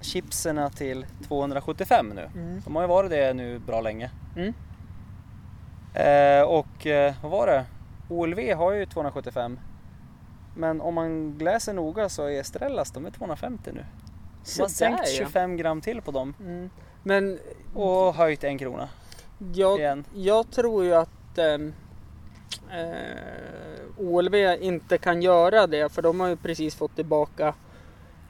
C: chipserna till 275 nu.
B: Mm.
C: De har ju varit det nu bra länge.
B: Mm.
C: Eh, och eh, vad var det? OLV har ju 275. Men om man läser noga så är Estrellas, de är 250 nu. De
B: Så
C: har sänkt
B: där, ja.
C: 25 gram till på dem
B: Mm. Men
C: och höjt en krona
B: jag,
C: igen.
B: jag tror ju att ehm, eh, OLV inte kan göra det för de har ju precis fått tillbaka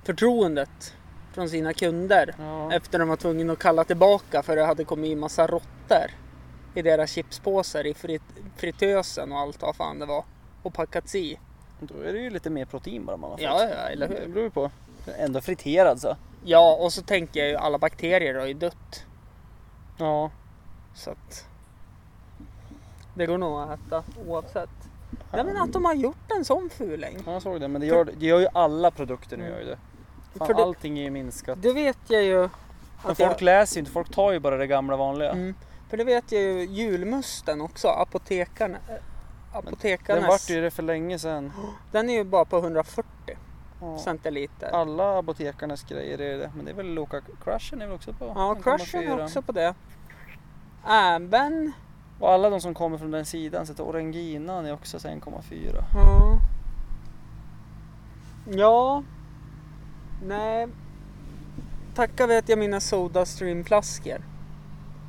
B: förtroendet från sina kunder.
C: Ja.
B: Efter de var tvungna att kalla tillbaka för det hade kommit in massa råttor i deras chipspåsar i frit fritösen och allt vad fan det var. Och packats i.
C: Då är det ju lite mer protein bara man har fått.
B: Ja, ja, eller hur?
C: Det beror ju på. Ändå friterad så.
B: Ja, och så tänker jag ju alla bakterier har ju dött.
C: Ja.
B: Så att det går nog att äta oavsett. Nej men att de har gjort en sån fuling.
C: Ja, jag såg det. Men det gör, det gör ju alla produkter nu.
B: Mm.
C: Gör ju det. Fan,
B: För det-
C: Allting är ju minskat.
B: Det vet jag ju.
C: Men
B: Att
C: folk
B: jag,
C: läser ju inte. Folk tar ju bara det gamla vanliga.
B: mm, för det vet jag ju julmusten också, apotekarna. eh,
C: Den
B: Apotekarnas.
C: vart ju det för länge sedan.
B: Den är ju bara på 140
C: Ja.
B: centiliter.
C: Alla apotekarnas grejer är det. Men det är väl Loka Crushen är väl också på
B: Ja,
C: 1,4.
B: crushen är också på det. Även...
C: Och alla de som kommer från den sidan. Så att Oranginan är också så 1,4.
B: Ja. Ja. Nej. Tacka vet jag mina Sodastream-flaskor.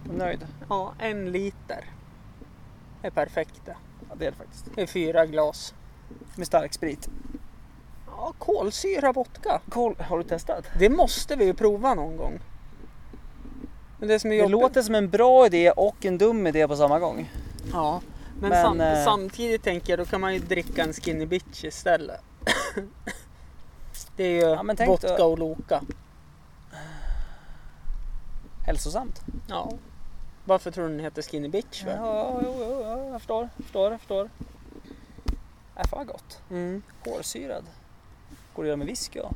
C: Nöjd.
B: Ja, en liter. Är perfekta.
C: Ja, det är det faktiskt.
B: Det är fyra glas.
C: Med stark sprit.
B: Ja, kolsyra vodka.
C: Kol, har du testat?
B: Det måste vi ju prova någon gång. Men det som är
C: Det
B: jobbigt...
C: låter som en bra idé och en dum idé på samma gång.
B: Ja. Men,
C: Men,
B: sam-
C: eh,
B: samtidigt tänker jag, då kan man ju dricka en skinny bitch istället. det är ju
C: Ja, men tänk då-
B: vodka och Loka.
C: Hälsosamt.
B: Ja. Varför tror du den heter Skinny Bitch? För?
C: Ja, jo, jo, jo, jag förstår, förstår, jag förstår. Äh, fan vad gott.
B: Mm.
C: Kolsyrad. Går det att göra med whisky då?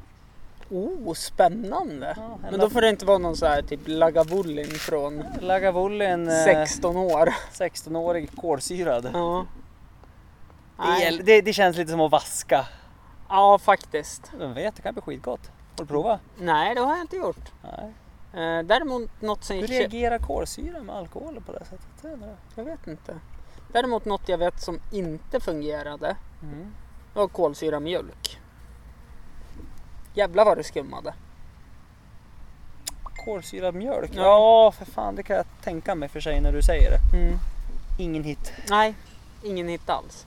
B: Oh, spännande!
C: Ja,
B: Men då får det inte vara någon så här typ Lagavulin från
C: Lagavulin, eh,
B: 16 år.
C: 16-årig kolsyrad.
B: Ja.
C: Det,
B: Nej.
C: gäll- det, det känns lite som att vaska.
B: ja, faktiskt.
C: Vem vet, det kan bli skitgott. Får du prova?
B: Nej, det har jag inte gjort.
C: Nej.
B: Eh, Däremot något som
C: Hur
B: gick...
C: reagerar kolsyra med alkohol på det sättet? Det undrar jag.
B: Jag vet inte. Däremot något jag vet som inte fungerade
C: Mm.
B: var kolsyramjölk. Jävlar vad det skummade.
C: Kolsyrad mjölk?
B: Ja.
C: Ja, för fan det kan jag tänka mig för sig när du säger det.
B: Mm.
C: Ingen hit.
B: Nej, ingen hit alls.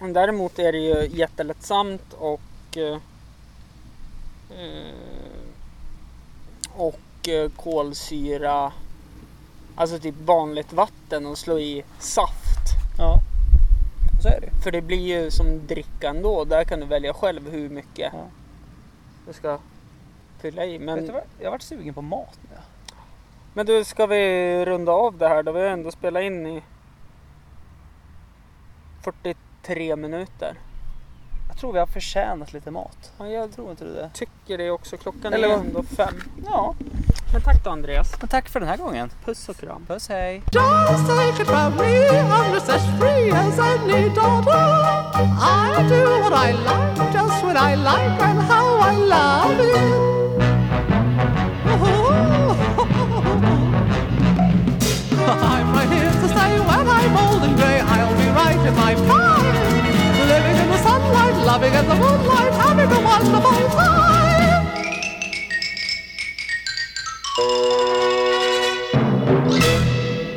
B: Men Däremot är det ju jättelättsamt och eh, eh, och eh, kolsyra, alltså typ vanligt vatten och slå i saft.
C: Ja, så är det ju.
B: För det blir ju som dricka ändå. Där kan du välja själv hur mycket
C: Ja.
B: du ska fylla i.
C: Vet du
B: Men,
C: vad? Jag har varit sugen på mat nu.
B: men du, ska vi runda av det här då? Vi har ändå spelat in i 43 minuter.
C: Jag tror vi har förtjänat lite mat.
B: Ja, jag
C: Tror inte du det?
B: tycker det också. Klockan
C: Eller
B: är
C: vad?
B: ändå fem.
C: Ja,
B: Men tack då Andreas.
C: men tack för den här gången.
B: Puss och kram.
C: Puss hej!
E: Just take it from me, I'm just as free as any daughter. I do what I like, just what I like, and how I love it. I'm right here to say when I'm old and grey, I'll be right in my prime. Living in the sunlight, loving in the moonlight, having a wonderful time.